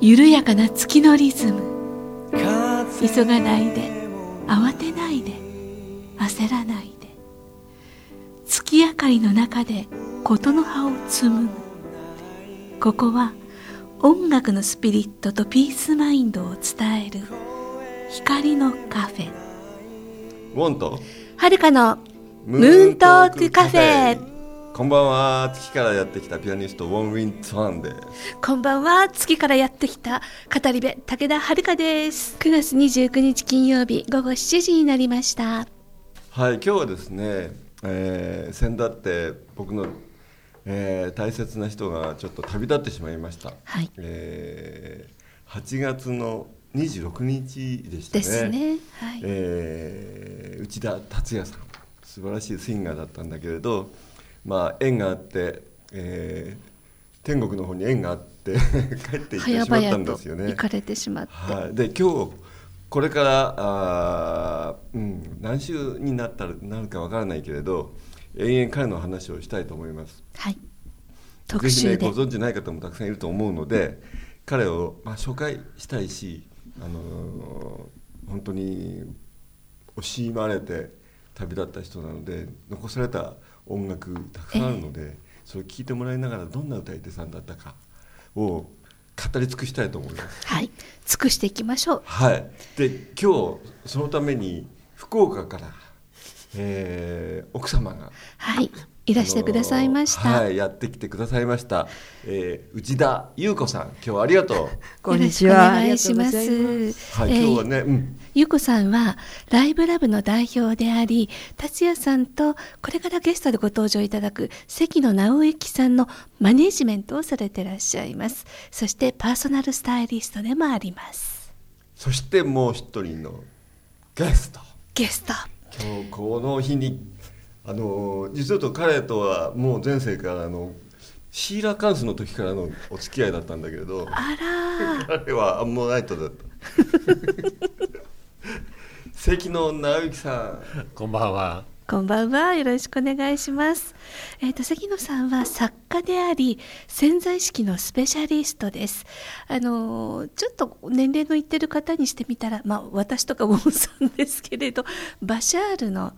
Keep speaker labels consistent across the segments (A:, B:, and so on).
A: 緩やかな月のリズム急がないで慌てないで焦らないで月明かりの中で事の葉を紡ぐここは音楽のスピリットとピースマインドを伝える光のカフェ
B: ウォンと
A: はるかのムーントークカフェ
B: こんばんは月からやってきたピアニストウォン・ウィン・ツァンです
A: こんばんは月からやってきた語り部武田遥です9月29日金曜日午後7時になりました
B: はい今日はですね、えー、先だって僕の、えー、大切な人がちょっと旅立ってしまいました、
A: はい
B: えー、8月の26日でした
A: で
B: ね
A: すねはい、
B: えー内田達也さん素晴らしいスインガーだったんだけれど、まあ、縁があって、えー天国の方に縁があって 帰っていって
A: 早
B: しまった
A: 々
B: ん
A: と
B: ですよね
A: 行。かれてしまって、
B: はい、で今日これからあー、うん、何週になったらなるかわからないけれど永遠彼の話をしたいと思います。
A: はい、特集
B: ぜ
A: で、
B: ひね、ご存じない方もたくさんいると思うので彼を、まあ、紹介したいし、あのー本当に惜しまれて旅立った人なので残された音楽たくさんあるので、それを聴いてもらいながらどんな歌い手さんだったかを語り尽くしたいと思います。
A: はい、尽くしていきましょう
B: はい、で今日そのために福岡から、えー奥様が
A: はいいらしてくださいまし
B: あの
A: た、
B: はい、やってきてくださいました。えー、内田優子さん、今日はありがとう。
A: よろしくお願いします。
B: はい、
A: えー
B: 今日はね、うん、
A: ゆうこさんは、ライブラブの代表であり、達也さんと、これからゲストでご登場いただく、関野直之さんのマネジメントをされてらっしゃいます。そして、パーソナルスタイリストでもあります。
B: そしてもう一人のゲスト。
A: ゲスト。
B: 今日この日に、あのー実は言うと彼とはもう前世からのシーラカンスの時からのお付き合いだったんだけれど、
A: あらー、
B: 彼はアンモナイトだ った。関野直之さん、
C: こんばんは。
A: こんばんは。よろしくお願いします。えっ、と、関野さんは作家であり、潜在意識のスペシャリストです。あのーちょっと年齢のいってる方にしてみたら、まあ、私とかウォンさんですけれど、バシャールの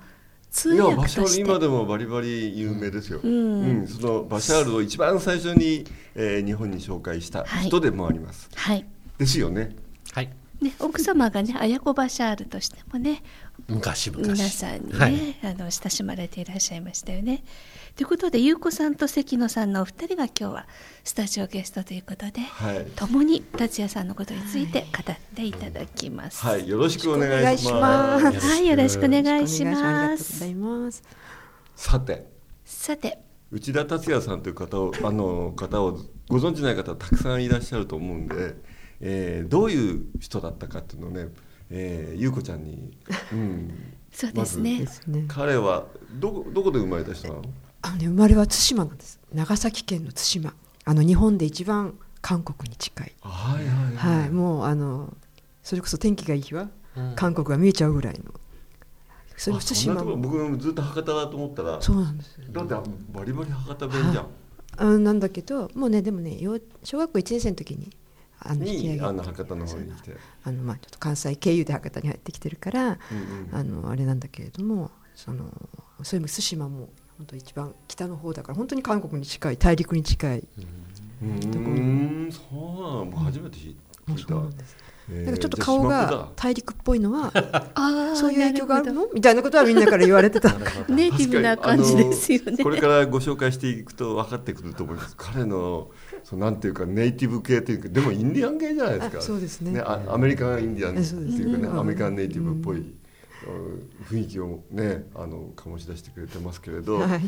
A: 通
B: いや
A: 訳
B: バ
A: と
B: シャー
A: し
B: ル
A: て。
B: 今でもバリバリ有名ですよ、
A: う
B: うんんそのバシャールを一番最初に、えー日本に紹介した
A: はい
B: 人でもあります、
A: はい。
B: ですよね
C: はい。
A: ね、奥様がね、綾子バシャールとしてもね、
C: 昔々。
A: 皆さんにね、
C: はい。
A: あの親しまれていらっしゃいましたよね。ということで、優子さんと関野さんのお二人が今日はスタジオゲストということで、
B: はい、
A: 共に達也さんのことについて語っていただきます。
B: はい、よろしくお願いします
D: お願い
C: ま
D: し
C: す
A: はいよろしくお願
D: お願
A: い
D: い
A: し
D: しますあり
A: ま
D: がとうござ
A: す。
D: います。
B: さて
A: さて、
B: 内田達也さんという方をあの方をご存じない方たくさんいらっしゃると思うんで、えーどういう人だったかっていうのをね、えー、ゆうこちゃんに、うん、
A: そうですね。
B: ま
D: で
B: ず
D: すね。
B: 彼はどこどこで生まれた人なの
D: あのね生まれは対馬なんです。長崎県の対馬。あの日本で一番韓国に近い。
B: はいはい
D: はい、
B: はい、
D: もうあのそれこそ天気がいい日は
C: うん
D: 韓国が見えちゃうぐらいの。それ
B: あ
D: 対
B: そんな
D: 馬
B: ところ
D: も。
B: 僕ずっと博多だと思ったら
D: そうなんです。
B: だってバリバリ博多弁じゃん。
D: あのなんだけど、もうねでもね、幼小学校一年生の時に あの引き上
B: に
D: げ
B: あの博多の方に来て。
D: あのまあちょっと関西経由で博多に入ってきてるから、
B: うんうん
D: あのあれなんだけれどもそのそれも対馬も本当一番北の方だから本当に韓国に近い大陸に近い、
B: うーん、そうなの。僕初めて聞い
D: もう
B: 聞い
D: そうなんで
B: た。
D: す
B: えー
D: なんかちょっと顔
B: じゃあ
D: が大陸っぽいのは
A: ああ
D: そういう影響がある
A: な
D: のみたいなことはみんなから言わ れてた
A: ほどネイティブな感じですよ
B: 島だ
A: ね。
B: これからご紹介していくと分かってくると思います。彼のそうなんていうかネイティブ系というかでもインディアン系じゃないですか。
D: あそうですね
B: あアメリカンインディアンって
D: そうですね
B: いうか
D: う
B: ね
D: ん
B: アメリカンネイティブっぽいうん雰囲気をねあの醸し出してくれてますけれど。
D: はい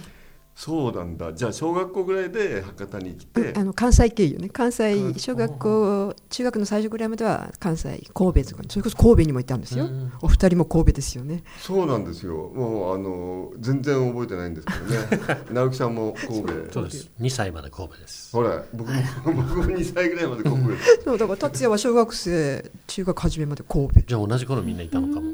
B: そうなんだ。じゃあ小学校ぐらいで博多に来て、
D: あの関西経由ね関
B: うん
D: 西小学校中学の最初ぐらいまでは関西神戸とかにそれこそ神戸にも行ったんですよ、
C: うん
D: お二人も神戸ですよね
B: そうなんですよ。もうあの全然覚えてないんですけ どね。直樹さんも神戸。
C: そうです。二歳まで神戸です。
B: ほら、僕も 僕も2歳ぐらいまで神戸。
D: そうだから達也は小学生中学初めまで神戸
C: じゃあ同じ頃みんないたのかも。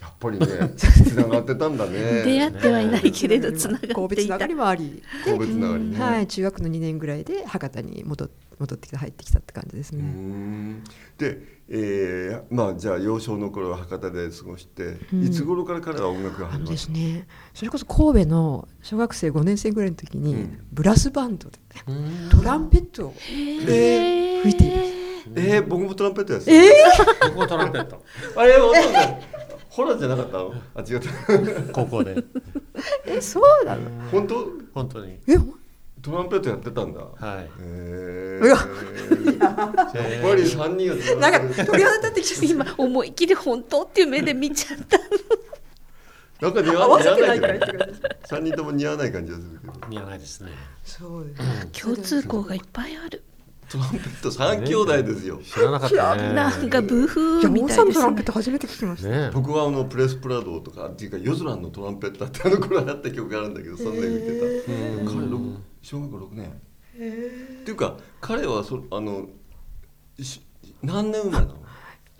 B: やっ ぱりねつながってたんだ
A: 出
B: ね
A: 会ってはいないけれどつなが
D: 神
A: っ
D: 戸
A: て
D: つ
A: い
D: なが
A: た
D: りもあり、
B: 神戸つながりね、
D: はい、中学の2年ぐらいで博多に戻っ戻ってきた入ってきたって感じです
B: うー
D: ね、
B: んで、えーまあじゃあ幼少の頃は博多で過ごして、いつ頃から彼は音楽が
D: あ
B: 始ま
D: の
B: っ
D: で
B: た
D: すねそれこそ神戸の小学生5年生ぐらいの時に、
B: うん
D: ブラスバンドで
C: うん
D: トランペットを
A: へー
D: 吹いています
B: えー、僕もトランペットやってた
C: こ
D: え
C: こトランペット
B: あれお父さんホラーじゃなかったのあ違 った
C: 高校で
D: えそうなの
B: 本当
C: 本当に
D: えほん
B: トランペットやってたんだへ
C: はい
B: え
D: う
B: や
D: わ
B: っぱり三人がつ
D: な
B: が
D: ん
B: って
D: か
B: る
D: 鳥肌立ってきちゃった
A: 今思いっきり本当っていう目で見ちゃった
B: なんか似合
D: 合
B: わ
D: わ
B: 似合
D: せ
B: わ
D: て
B: な
D: ない
B: け
D: いから言っ
B: ど
D: てください
B: 三人とも似合わない感じがするけど
C: 見合わないですね
D: そうです
A: 共通項がいっぱいある
B: トランペット三兄弟ですよ
C: 知らなかったね
A: なんかブーフ
D: い
A: ー
D: や、
A: み
D: モン
A: た
D: さ
A: い
D: ん
A: で
D: の
A: す
D: トランペッ
A: ね
D: ト初めて聞きました。
C: ね
B: 僕はあのプレスプラドとかっていうか夜空のトランペットってあの頃流行った曲があるんだけどそんなに見てた、彼六小学校6年っていうか彼はそあのし何年生まれなの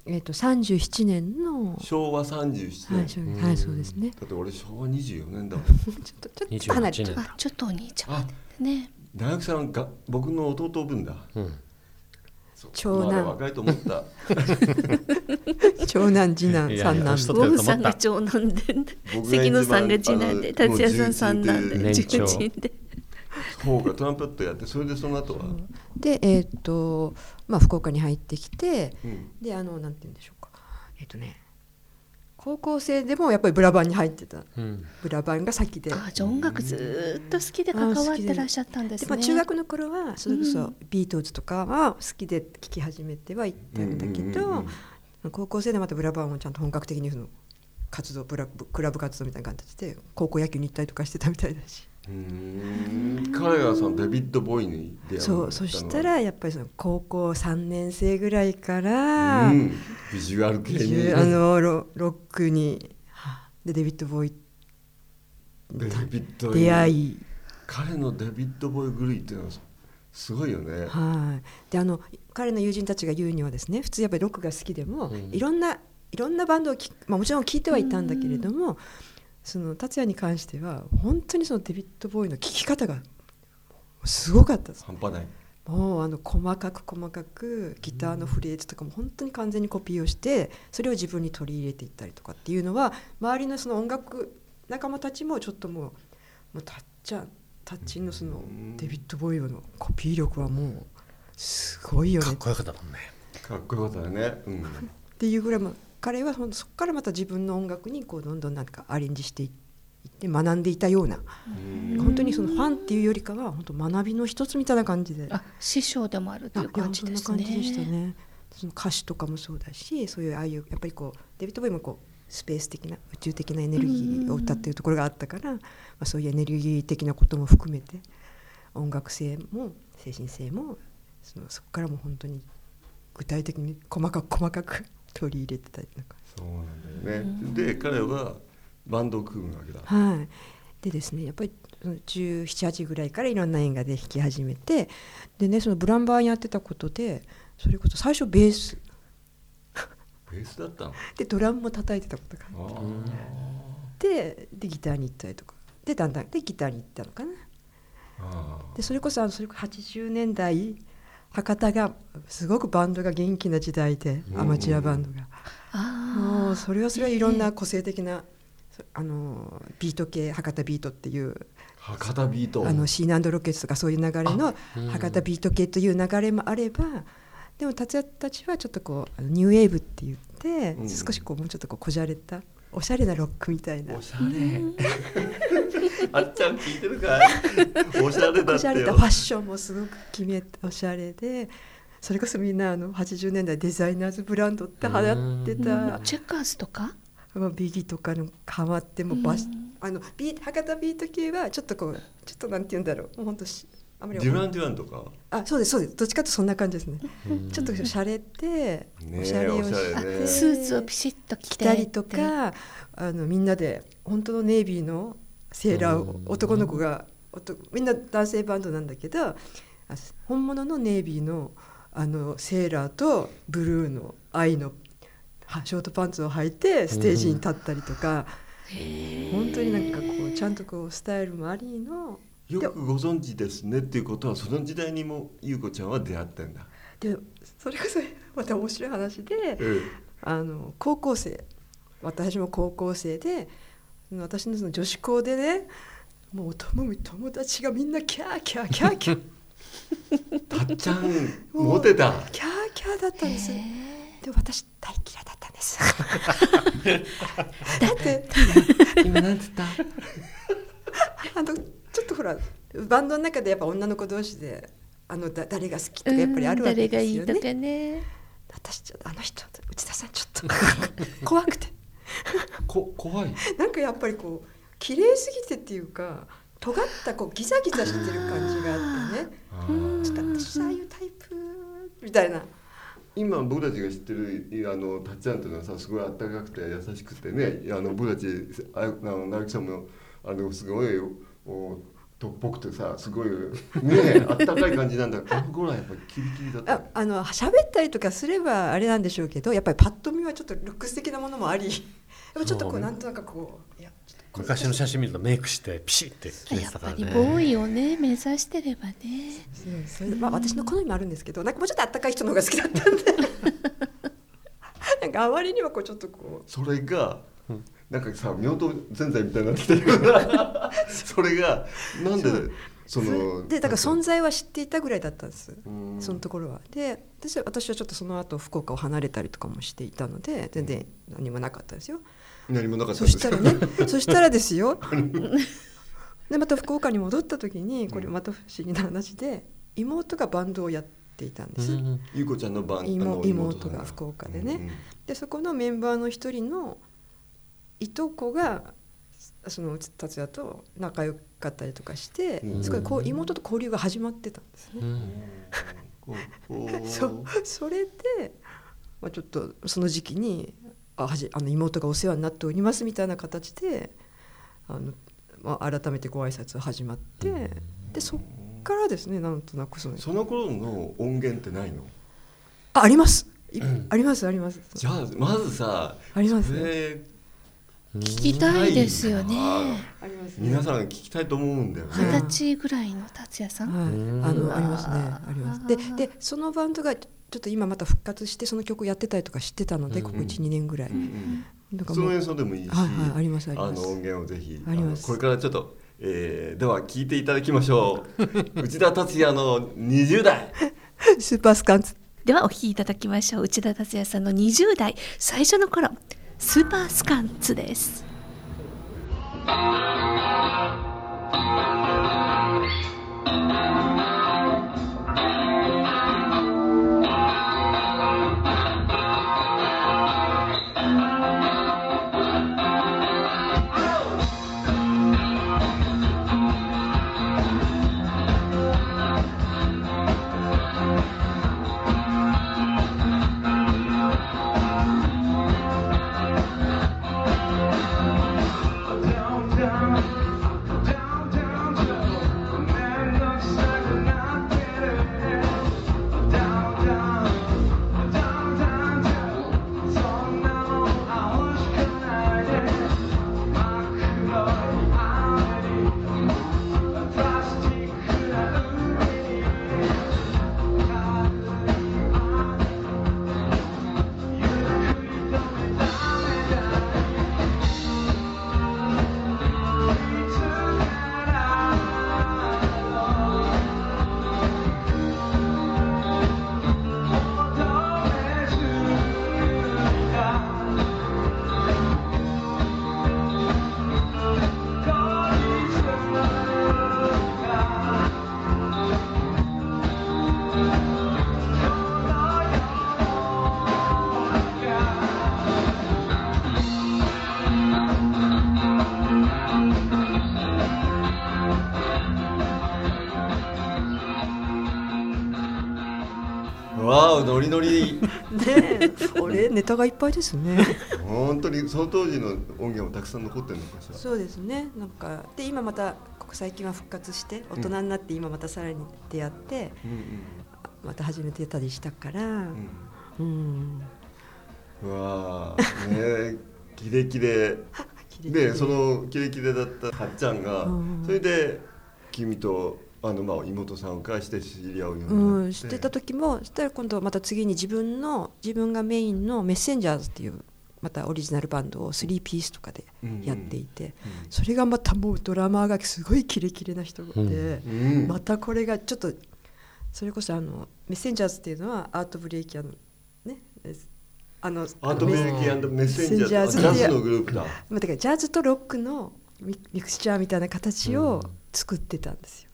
D: えっ、と、三十七年の。
B: 昭和37
D: はい、
B: 年
D: そうはい、そうです ね。
B: だって俺昭和24年だもん
D: ちょっと、ちょ
C: 二
D: っ
C: 十
D: と離
C: 八
D: れちゃ
C: 年
D: う。
A: あちょっとお兄ちゃん
B: あ
A: ね
B: 大学さんが僕の弟分だ
C: うん
B: そう
D: 長男
B: まだ若いと思った
D: 長男、次
C: い
D: 男、
C: やい
D: 三
C: や年
D: 男。
C: 取
A: ボ
C: ってると
A: ブさ
C: 思
A: ん
C: った
A: が長男で
B: 僕が一番
A: 関野さんが次男で
B: あのもう
A: 達也さん三男で
C: 重鎮で
A: 重鎮で
B: そうかトランペットやってそれでその後は、
D: で、えっ、と、まあ、福岡に入ってきて。
B: うん
D: で、あの、なんて言うんでしょうか。えっ、とね。高校生でも、やっぱりブラバンに入ってた。
C: うん
D: ブラバンが先で。
A: あじゃあ音楽ずーっと好きで関わってらっしゃったんです
D: で
A: ね
D: まあ、中学の頃はそれこ
A: う
D: そビートルズとかは好きで聴き始めてはいったんだけ
B: うんうんうん
D: ど高校生でまたブラバンをちゃんと本格的にその活動ブラブクラブ活動みたいな形で高校野球に行ったりとかしてたみたいだし
B: うーん彼がそのデビッド・ボーイに出会う
D: そうそしたらやっぱりその高校3年生ぐらいから、
B: うん、ビジュアル系に
D: あのロロックにでデビッド・ボーイ
B: デビッド
D: 出会
B: い
D: い
B: 彼のデビッド・ボーイ狂いっていうのはすごいよね
D: はい、であの彼の友人たちが言うにはですね普通やっぱりロックが好きでも、いろんないろんなバンドを聴く、まあ、もちろん聴いてはいたんだけれども、その達也に関しては本当にそのデビッド・ボーイの聴き方がすごかったです
B: 半端ない
D: もうあの細かく細かくギターのフレーズとかも本当に完全にコピーをしてそれを自分に取り入れていったりとかっていうのは周りのその音楽仲間たちもちょっともうもうたっちゃんたっちんのそのデビッド・ボーイのコピー力はもうすごいよ
C: か
D: ね
C: っ
D: っ
C: こよかったもんね
B: かっこよかったよね、うん、
D: ていうぐらいもう彼はほんとそこからまた自分の音楽にこうどんどんなんかアレンジしていって学んでいたような本当にそのファンっていうよりかは本当学びの一つみたいな感じで。
A: あ師匠でもあるという感じです
D: いやそんな感じでした
A: ね
D: ねその歌詞とかもそうだしそういうああいうやっぱりこうデビッド・ボーイもこうスペース的な宇宙的なエネルギーを歌ってるところがあったから、まあ、そういうエネルギー的なことも含めて音楽性も精神性もそのそこからも本当に具体的に細かく細かく取り入れてたりなんか
B: そうなんだよねで彼はバンドを組むわけだ
D: はい、でですねやっぱり1 7 8ぐらいからいろんな縁がで弾き始めてでねそのブランバーやってたことでそれこそ最初ベース
B: ベースだったの
D: でドラムも叩いてたことがあ
B: あ
D: ってでギターに行ったりとかでだんだんでギターに行ったのかな
B: あ
D: でそれこそあのそれこそ80年代博多がすごくバンドが元気な時代で
B: うん
D: アマチュアバンドが、も
A: あ
D: う
A: あ
D: それはそれはいろんな個性的な、そあのビート系博多ビートっていう
B: 博多ビート
D: あのシーナンドロケッツとかそういう流れの博多ビート系という流れもあれば、でも達也たちはちょっとこうあのニューウェーブって言って、
B: うん
D: 少しこうもうちょっとこうこじゃれたおしゃれなロックみたいな
B: おしゃれあっちゃん聞いてるか いおしゃれだ
D: お
B: っ
D: しゃ
B: て
D: れ
B: よ
D: たファッションもすごく決めたおしゃれでそれこそみんなあの80年代デザイナーズブランドって流行ってた、
A: うんチェッカーズとか
D: まあ、ビギとかの変わってもバシ、あのビー博多ビート系はちょっとこうちょっとなんて言うんだろうもう本当しあま
B: デ
D: り
B: ュラン・デュランとか
D: あそうですそうですどっちかというとそんな感じですねちょっとしゃれて、
B: ねえ
D: おしゃれを
B: おしゃ
D: し
B: れね
D: て
B: え
A: スーツをピシッと着
D: 着
A: て
D: たりとかあのみんなで本当のネイビーのセーラーを男の子がおとみんな男性バンドなんだけどあ本物のネイビーのあのセーラーとブルーの愛のはショートパンツを履いてステージに立ったりとか、本当になんかこうちゃんとこうスタイルもありの
B: よくご存知ですねっていうことはその時代にも優子ちゃんは出会ってんだ、
D: でそれこそまた面白い話で
B: え
D: あの高校生私も高校生で私のその女子校でねもう友友達がみんなキャーキャーキャーキャー
B: え、たっちゃん
D: もう
B: モテた
D: キャーキャーだったんですで私大嫌いだったんです だって
B: 今なんつった
D: あのちょっとほらバンドの中でやっぱ女の子同士であのだ誰が好きとかやっぱりあるわけですよね。
A: 誰がいいとかね
D: 私ちょっとあの人内田さんちょっと 怖くて
B: こ怖い
D: なんかやっぱりこう綺麗すぎてっていうか尖ったこうギザギザしてる感じがあってね
B: あー
D: ちょっと私ああいうタイプみたいな
B: 今僕たちが知ってるいあのたっちゃんというのはさすごい温かくて優しくてねあの僕たちああの直木さんもあのすごいおとっぽくてさすごいねあったかい感じなんだけどあの頃はやっぱりキリキリだった
D: ああの喋ったりとかすればあれなんでしょうけどやっぱりパッと見はちょっとルックス的なものも ありやっぱちょっとこ
C: そうね
D: うなんとなくこういやちょっとこれ
C: 昔の写真見るとメイクしてピシッて決めて
A: やった
C: か
A: ぱ
C: ら
A: り
C: ね
A: ボーイをね目指してればね
D: そうそれでまあ私の好みもあるんですけどなんかもうちょっとあったかい人の方が好き だったんでなんかあまりにはこうちょっとこう
B: それがなんかさ妙とぜんざいみたいになってきてる よなそれがなんでその
D: でだから存
B: 在
D: 在は知っていたぐらいだったんです
B: うん
D: そのところはで私は私はちょっとその後福岡を離れたりとかもしていたので全然何もなかったですよ
B: 何もなかった
D: そ
B: んで
D: し
B: す
D: た
B: よ
D: らねそしたらですよでまた福岡に戻った時にこれまた不思議な話で妹がバンドをやっていたんです、
C: うん
B: ゆうこちゃんの番
D: 妹
B: さん
D: が福岡でねでそこのメンバーの一人のいとこがその達也と仲良かったりとかして、
B: うん
D: そこでこう妹と交流が始まってたんですね。
C: うんう
B: う
C: ん
B: んうんこう
D: そうそれで、まあ、ちょっとその時期にあはじあの妹がお世話になっておりますみたいな形であの、まあ、改めてご挨拶始まって、でそっからですねなんとなくその
B: その頃の音源ってないの
D: あありますいありますあります
B: じゃあまずさ
D: あります
B: そ
D: ね
B: れ
A: 聞きたいですよね
D: あります
B: 皆さん聞きたいと思うんだよ
D: はい
A: 二
B: ね
A: 十歳ぐらいの達也さん、
D: はい、
C: うん
D: あのありますねありますででそのバンドがちょっと今また復活してその曲やってたりとかしてたので、
C: うん
D: ここ12年ぐらい、
B: うんうん
D: だから
B: そ
D: もう
B: の演奏でもいいし
D: はいはいありますあ
B: あ
D: ります
B: の音源をぜひ
D: あります
B: あのこれからちょっとえーでは聞いていただきましょ う内田達也の20代
D: スーパースカンツ
A: ではお聴きいただきましょう内田達也さんの20代最初の頃スーパースカンツです
B: わおノリノリ
D: ねえ あれネタがいっぱいですね
B: 本当にその当時の音源もたくさん残ってるのかしら
D: そうですねなんかで今またここ最近は復活して大人になって今またさらに出会って、
B: うん
D: また始めてたりしたから、
B: うん
D: うん、
B: ううわーねえキレキレ
D: キレキレ
B: でそのキレキレだったかっちゃんが
D: うん
B: それで君とあの、まあ、妹さんを介して知り合うように
D: う
B: なっ
D: ん、
B: て、
D: してた時もそしたら今度また次に自分の自分がメインのメッセンジャーズっていうまたオリジナルバンドを3ピースとかでやっていて、
B: うん
D: それがまたもうドラマーがすごいキレキレな人で、
B: うん
D: またこれがちょっとそれこそあのメッセンジャーズっていうのはアートブレイキャンねあの
B: アートメイキーメッセンジャーズジ
D: メ
B: ャ
D: ッセンジャーズ
B: ズのグループだ
D: まあ、だからジャズとロックのミミクスチャーみたいな形を作ってたんですよ。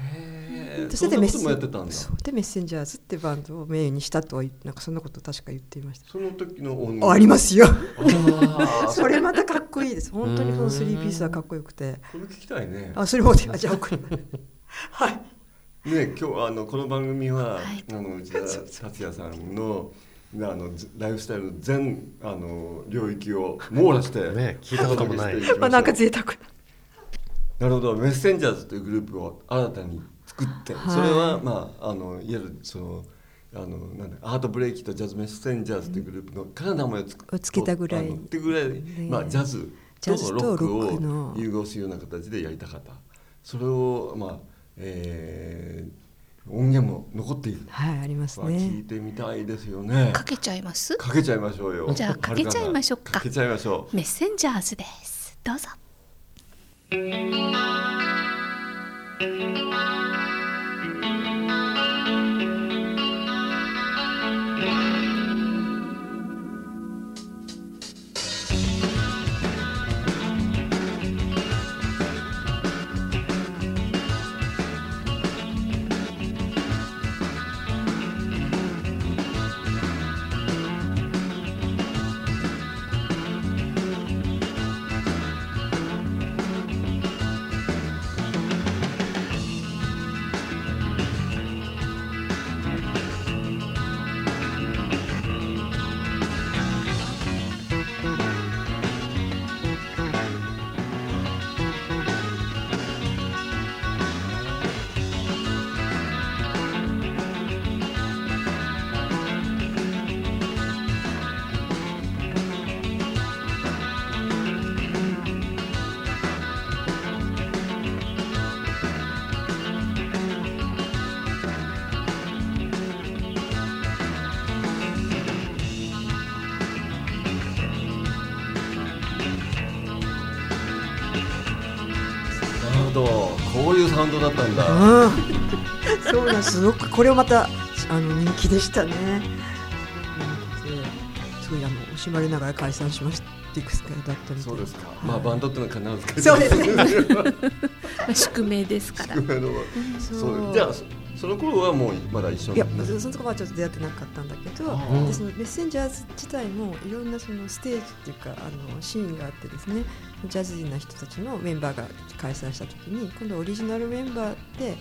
B: へえ
D: そ
B: そ
D: れ
B: んな
D: でメ
B: こ
D: ッセ
B: ともやってたんだ
D: そうでメッセンジャーズってバンドをメインにしたとはなんかそんなこと確か言っていました。
B: その時の音
D: あありますすよ。
B: あ
D: それまたかっこいいです。本当にこのスリーピースはかっこよくて。
B: ーこれ聞きたいね
D: あそれもあじゃあ 送る。はい。
B: ね今日あのこの番組は、
A: い
B: あの内田達也さんのあのずライフスタイルの全あの領域を網羅して、
C: ね聞いたこともない
B: お届けしてきまし
D: ま
B: た
D: あなんか贅沢な。
B: なるほどメッセンジャーズというグループを新たに作って、
D: はい
B: それはまああのいわゆるそのあのなんだアートブレイキとジャズメッセンジャーズというグループのから名前をつく
D: をつけたぐらい
B: あのってぐらい、まあ、ジャズ
D: ジャズ
B: とロ
D: と
B: ッ
D: ロック
B: ク
D: の
B: を融合するような形でやりたかったそれをまあ、えー音源も残っている、
D: はいあります
B: まあ、聞い
D: ね。
B: てみたいですよね
A: かけちゃいます
B: かけちゃいましょうよ
A: じゃあかけちゃいましょうか
B: はるなかけちゃいましょう
A: メッセンジャーズですどうぞ
B: なるほどこういうサウンドだったんだ、
D: うん。そうなんですすごくこれをまたあの人気でしたね。人気ですごいあの惜しまれながら解散しました。ディクスカだったみた
B: そ
D: いうな
B: ですか、
D: はい
B: まあバンドってのは必ず
D: そうです
B: ね
A: ま あ 宿命ですから
D: そう
B: そうじゃあそその頃はもうまだ一緒
D: いや
B: に
D: そのとこはちょっと出会ってなかったんだけど
B: あー
D: でそのメッセンジャーズ自体もいろんなそのステージっていうかあのシーンがあってですねジャズィーな人たちのメンバーが解散した時に今度オリジナルメンバーで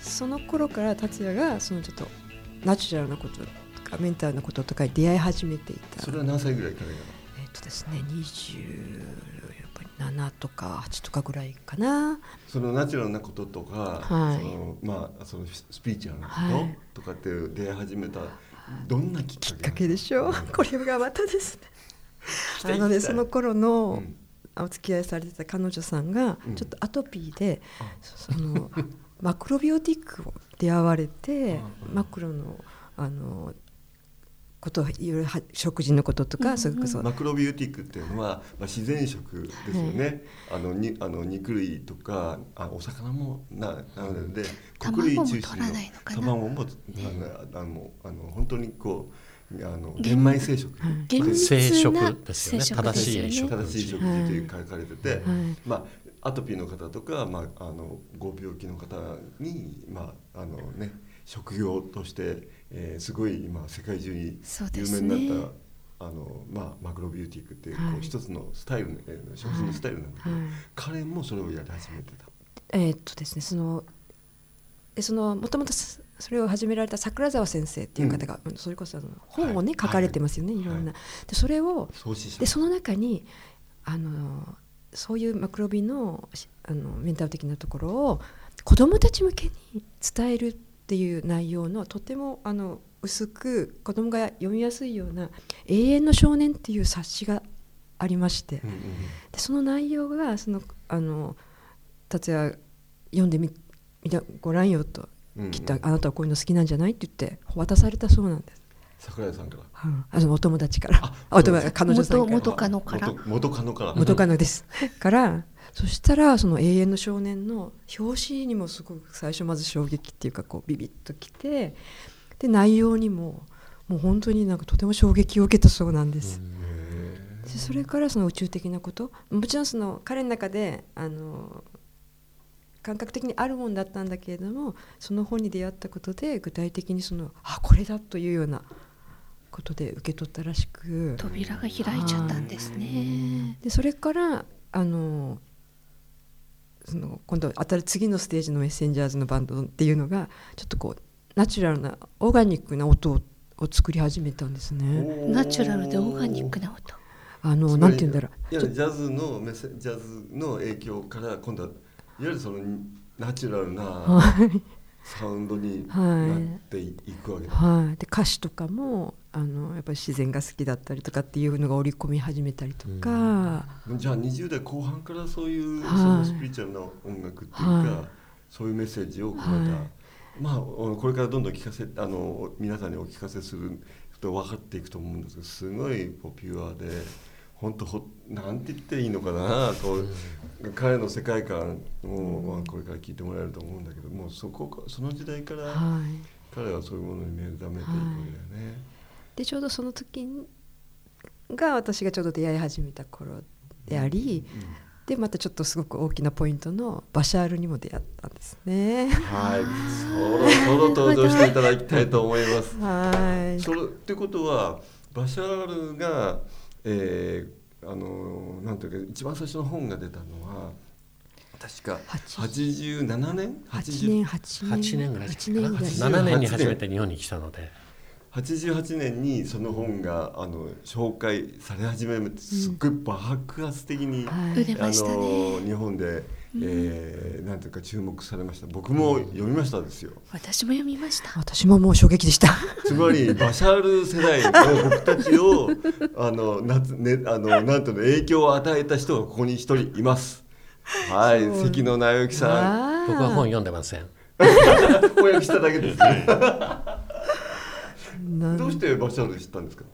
D: その頃から達也がそのちょっとナチュラルなこととかメンタルなこととかに出会い始めていた
B: それは何歳ぐらいからか
D: えっとですね27とか8とかぐらいかな
B: そのナチュラルなこととか、
D: はい
B: そのまあそのススピーチュアルなこと、
D: はい
B: とかっていう出会い始めたどんなきっかけ
D: きっかけでしょうこれがまたです ね
B: きたい
D: あのね
B: 聞きた
D: そ
B: い
D: の頃の、
B: うん
D: お付き合いされてた彼女さんが
B: うん
D: ちょっとアトピーで、
B: あ
D: そ のマクロビオティックを出会われて
B: うん
D: マクロのあのこといろいろは食事のこととか、それこそ
B: マクロビューティックっていうのは、まあ、自然食ですよね、あのにあの肉類とかあお魚もななので
A: 卵
B: 穀類
A: も
B: 中
A: 取
B: 心
A: ら
B: の
A: ないのかな
B: 卵もあのあのあの本当にこうあの玄米生食、
D: はい
A: 厳密な
C: 正食ですよね
A: 正食ですよね
C: 正しい食
B: 正しい食事というか書かれてて、
D: はい
B: まあ、アトピーの方とか、まあ、あのご病気の方に、まああのね、職業として、えーすごい今世界中に
A: そうで
B: 有
A: す
B: 名
A: ね
B: になった、あのまあ、マクロビューティックっていう,、
D: はい
B: こう一つのスタイル、ね、食事のスタイルなんだけど、
D: はい
B: 彼もそれをやり始めてた。
D: えーっとですねそのえそのもともとそそれを始められた桜沢先生っていう方が、うんそれこそあの本をね、
B: はい
D: 書かれてますよね、い、ろんな、でそれを
B: 創始者
D: でその中にあのそういうマクロビのしあのメンタル的なところを子どもたち向けに伝えるっていう内容のとてもあの薄く子供が読みやすいような「永遠の少年」っていう冊子がありまして、
B: うんうん
D: でその内容がそのあの達也読んでみみなご覧よと、
B: うん
D: きっとあなたはこういうの好きなんじゃないって言って渡されたそうなんです、
B: 桜井さんから
D: うんあのお友達から
B: あ
D: あお友達彼女さん
A: 元
D: から
A: 元カノから
B: 元元カノから
D: 元カノですからそしたらその「永遠の少年」の表紙にもすごく最初まず衝撃っていうかこうビビッときてで内容にももう本当になんかとても衝撃を受けたそうなんです。でそれからその宇宙的なこともちろんその彼の中であの感覚的にあるもんだったんだけれどもその本に出会ったことで具体的にそのあこれだというようなことで受け取ったらしく。
A: 扉が開いちゃったんですね。
D: でそれからあのその今度新次のステージのメッセンジャーズのバンドっていうのがちょっとこうナチュラルなオーガニックな音をを作り始めたんですね。
A: ナチュラルでオーガニックな音。
D: あの
B: つ
D: な
B: まり
D: んて言うんだろ
B: い
D: う
B: やジャズのメッセジャズの影響から今度はいわゆるそのナチュラル な
D: はい
B: サウンドに
D: はい
B: なっていくわけだ、
D: はい、で歌詞とかもあのやっぱり自然が好きだったりとかっていうのが織り込み始めたりとか、
B: じゃあ20代後半からそういう、
D: はい
B: そのスピリチュアルな音楽っていうか、
D: はい
B: そういうメッセージを込めた、
D: はい
B: まあおこれからどんどん聞かせあの皆さんにお聞かせすると分かっていくと思うんですけどすごいポピュアで本当ほなんて言っていいのかなこう、彼の世界観を、まあ、これから聞いてもらえると思うんだけどもうそこかその時代から
D: はい、
B: 彼はそういうものに目覚めていくんだよね。
D: でちょうどその時が私がちょうど出会い始めた頃であり、でまたちょっとすごく大きなポイントのバシャールにも出会ったんですね。
B: はい、そろ そろ登場していただきたいと思います。
D: はい。
B: それってことはバシャールが、えーあのなんていうか一番最初の本が出たのは確か87年
D: 八年
B: 80
D: 八年
C: 8年ぐらいで
D: 八
C: すか
D: 年
C: な
D: ぐらい。
C: 7年に初めて日本に来たので
B: 88年にその本があの紹介され始めてすっごい爆発的に、
D: はい
A: 腕出
B: あ
A: ました
B: の
A: ね。
B: 日本で、えーなんていうか注目されました僕も読みましたですよ。
A: 私も読みました。
D: 私ももう衝 撃でした。
B: つまりバシャール世代の僕たち をあの夏ねあのなんていうの影響を与えた人がここに一人います。はい
D: そう
B: 関野直之さん
D: あー
C: 僕は本読んでません
B: 翻訳しただけです。
D: なん
B: どうしてバシャール知ったんですか。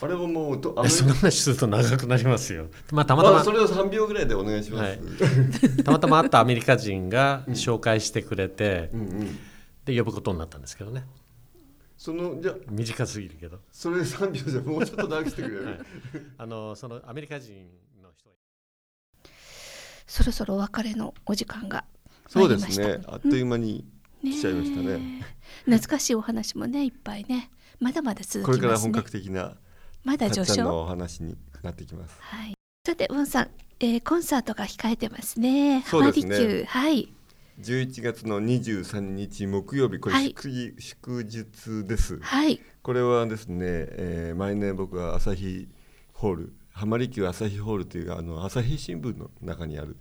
B: あれはもうとあ
C: その話すると長くなりますよまあたまた
B: まあ
C: ま
B: それを三秒ぐらいでお願いします。
C: はいたまたま会ったアメリカ人が紹介してくれて
B: うんうん。
C: で呼ぶことになったんですけどね
B: そのじゃあ
C: 短すぎるけど
B: それ三秒じゃもうちょっと長くしてくれる。
C: はいあのそのアメリカ人の人
A: そろそろお別れのお時間が
B: そうです
A: 参り
B: ね
A: まし。た
B: あっという間に
A: ねえ
B: 来ちゃいましたね。
A: 懐かしいお話もねいっぱいねまだまだ続き
B: こ
A: ますね。
B: れから本格的な
A: まだ
B: たっ
A: 序
B: ち
A: 章。
B: ゃんのお話になってきます。
A: はい。さてウォンさん、えー、コンサートが控えてますね。
B: そうですね
A: 浜離宮はい。
B: 11月の23日木曜日これ
A: はい
B: 祝,、祝日です
A: はい。
B: これはですね、えー毎年僕は朝日ホール浜離宮朝日ホールというあの朝日新聞の中にある、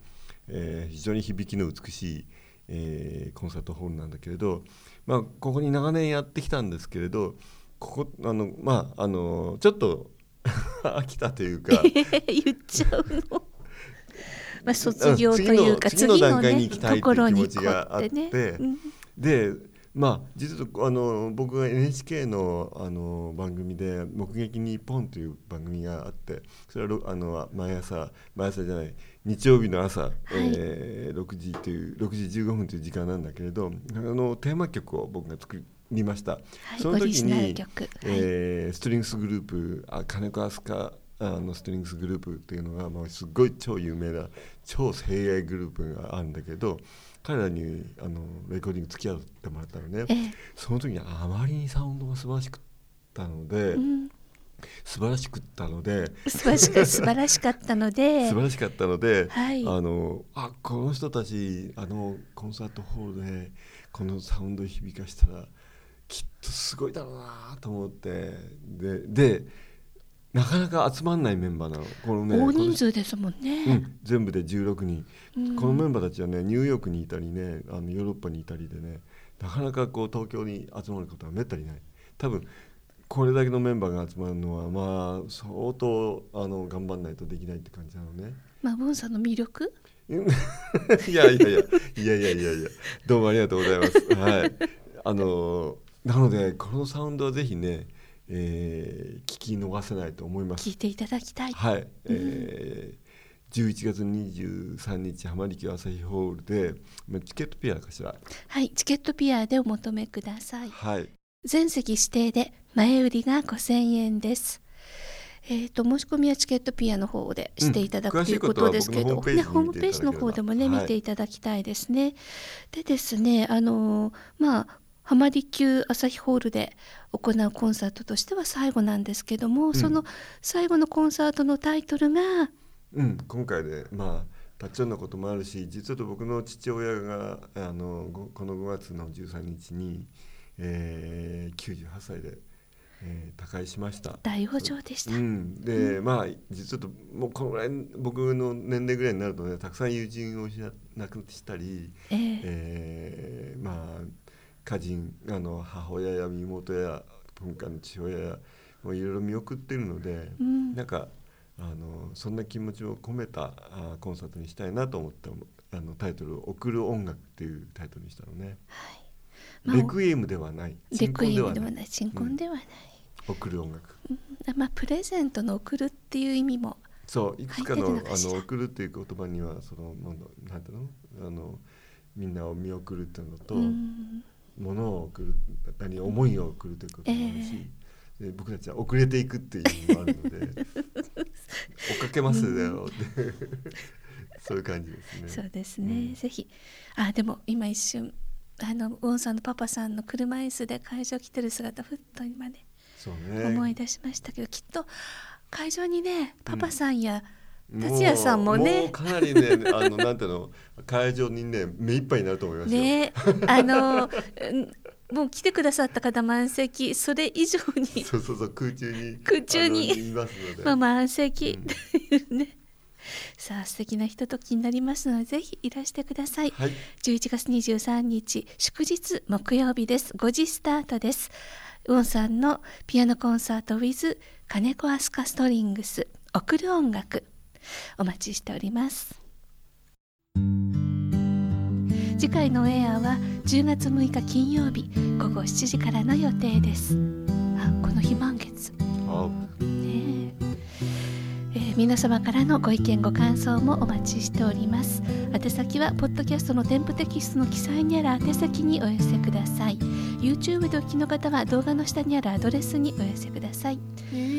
B: えー非常に響きの美しい、えーコンサートホールなんだけれど、まあ、ここに長年やってきたんですけれどここあのまああのちょっと 飽きたというか
A: 言っちゃう の。まあ卒業というか
B: うん次
A: 次
B: の
A: の
B: 段階に
A: ね
B: 行きたい
A: と
B: と
A: ころ
B: いう気
A: に
B: 持
A: 行
B: ち
A: こ
B: があ
A: う
B: っ
A: っててね。 うん
B: でまあ実はあの僕が NHK のあの番組で「目撃日本」という番組があってそれはろあの毎朝毎朝じゃない日曜日の朝、えー6時という6時15分という時間なんだけれどあのテーマ曲を僕が作りました。
A: はい
B: その
A: オリ
B: 時
A: ジナル
B: に
A: 曲はい
B: えーストリングスグループあ金子飛鳥あのストリングスグループっていうのが、まあ、すごい超有名な超精鋭グループがあるんだけど彼らにあのレコーディング付き合ってもらったのね
A: ええ
B: その時にあまりにサウンドが素晴らしくったので、
A: うん
B: 素晴らしくったので
A: 素晴ら しか素晴らしかったので
B: 素晴らしかったので、
A: はい
B: あのあこの人たちあのコンサートホールでこのサウンドを響かしたらきっとすごいだろうなと思ってででなかなか集まんないメンバーなのこのね
A: 大人数ですもん
B: このう
A: ね。
B: ん、全部で16人、
A: うん
B: このメンバーたちはねニューヨークにいたりねあのヨーロッパにいたりでねなかなかこう東京に集まることはめったにない多分これだけのメンバーが集まるのはまあ相当あの頑張んないとできないって感じなのね。
A: まあボンさんの魅力
B: うん いやいやいやいやいやいやいやどうもありがとうございます。はい、あのなのでこのサウンドはぜひね、えー聞き逃せないと思います
A: 聞。いていただきたい。
B: はい、えー11月23日浜離宮朝日ホールでまあチケットピアかしら
A: はい、チケットピアでお求めください。
B: はい
A: 全席指定で前売りが5000円です。えっ、と申し込みはチケットピアの方でしていただく、
B: うん
A: ということですけど、
B: 詳しい
A: ね、
B: こ
A: ホ
B: と
A: ー
B: は
A: ム
B: 僕の
A: ページの方でもね、
B: はい
A: 見ていただきたいですね。でですね、あのーまあ浜離宮朝日ホールで行うコンサートとしては最後なんですけども、その最後のコンサートのタイトルが
B: うん、今回でまあたっちゃんのこともあるし実は僕の父親があのごこの5月の13日に、えー、98歳で、えー他界しました。
A: 大往生でした。
B: うん、で、まあ実はもうこのぐらい僕の年齢ぐらいになるとねたくさん友人を失亡くしたり、
A: えー
B: えーまあ家人あの母親や妹や文化の父親やもういろいろ見送ってるので、
A: うん
B: なんかあのそんな気持ちを込めたあコンサートにしたいなと思ってあのタイトルを「送る音楽」っていうタイトルにしたのね。
A: まあ
B: レクイエムではない
A: レクイエムで
B: 鎮魂
A: は
B: で
A: ない、新婚ではない。
B: うん送る音楽
A: まあプレゼントの送るっていう意味も
B: そういくつかの
A: 入ってるの
B: あ
A: かしら
B: の送るっていう言葉にはそのなんだなんていうのあのみんなを見送るっていうのと、
A: うん
B: 物を送る何思いを送るということもあるし、で僕たちは遅れていくっていうのもあるの で追っかけますだよって、 そういう感じです
A: そ
B: ね。
A: うですね、ぜひあでも今一瞬あのウォンさんのパパさんの車椅子で会場来てる姿ふっと今ね
B: そう
A: 思い
B: ね
A: 出しましたけどきっと会場にねパパさんや
B: もう
A: 達也さんも
B: もう
A: ね、
B: かなりねあのなんていうの会場にね目いっぱいになると思いますよ。
A: ねあのうんもう来てくださった方満席それ以上に
B: そうそうそう空中に
A: 空中に
B: あのいますので。
A: まあ満席というね、さあ素敵なひとときになりますのでぜひいらしてください、
B: はい
A: 11月23日祝日木曜日です5時スタートですウォンさんのピアノコンサート with 金子アスカストリングス送る音楽お待ちしております次回のオンエアは10月6日金曜日午後7時からの予定ですあこの日満月
B: あ
A: ねええー皆様からのご意見ご感想もお待ちしております宛先はポッドキャストの添付テキストの記載にある宛先にお寄せください YouTube でお聞きの方は動画の下にあるアドレスにお寄せください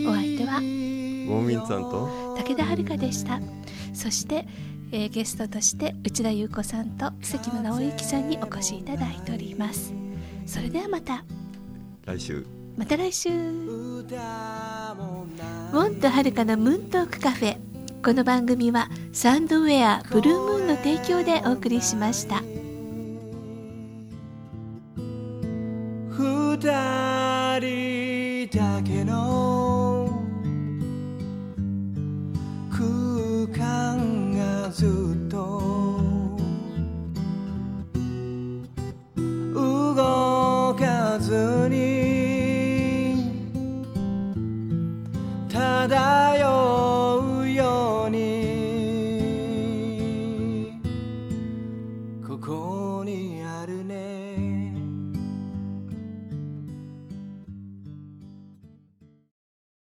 A: お相手は
B: ウォンミンさんと
A: 武田遥でしたそして、えーゲストとして内田裕子さんと関野直之さんにお越しいただいておりますそれではまた
B: 来週。
A: また来週ウォンとはるかのムーントークカフェこの番組はサンドウェアブルームーンの提供でお送りしました
E: 二人だけの空間がずっと動かずに漂うようにここにあるね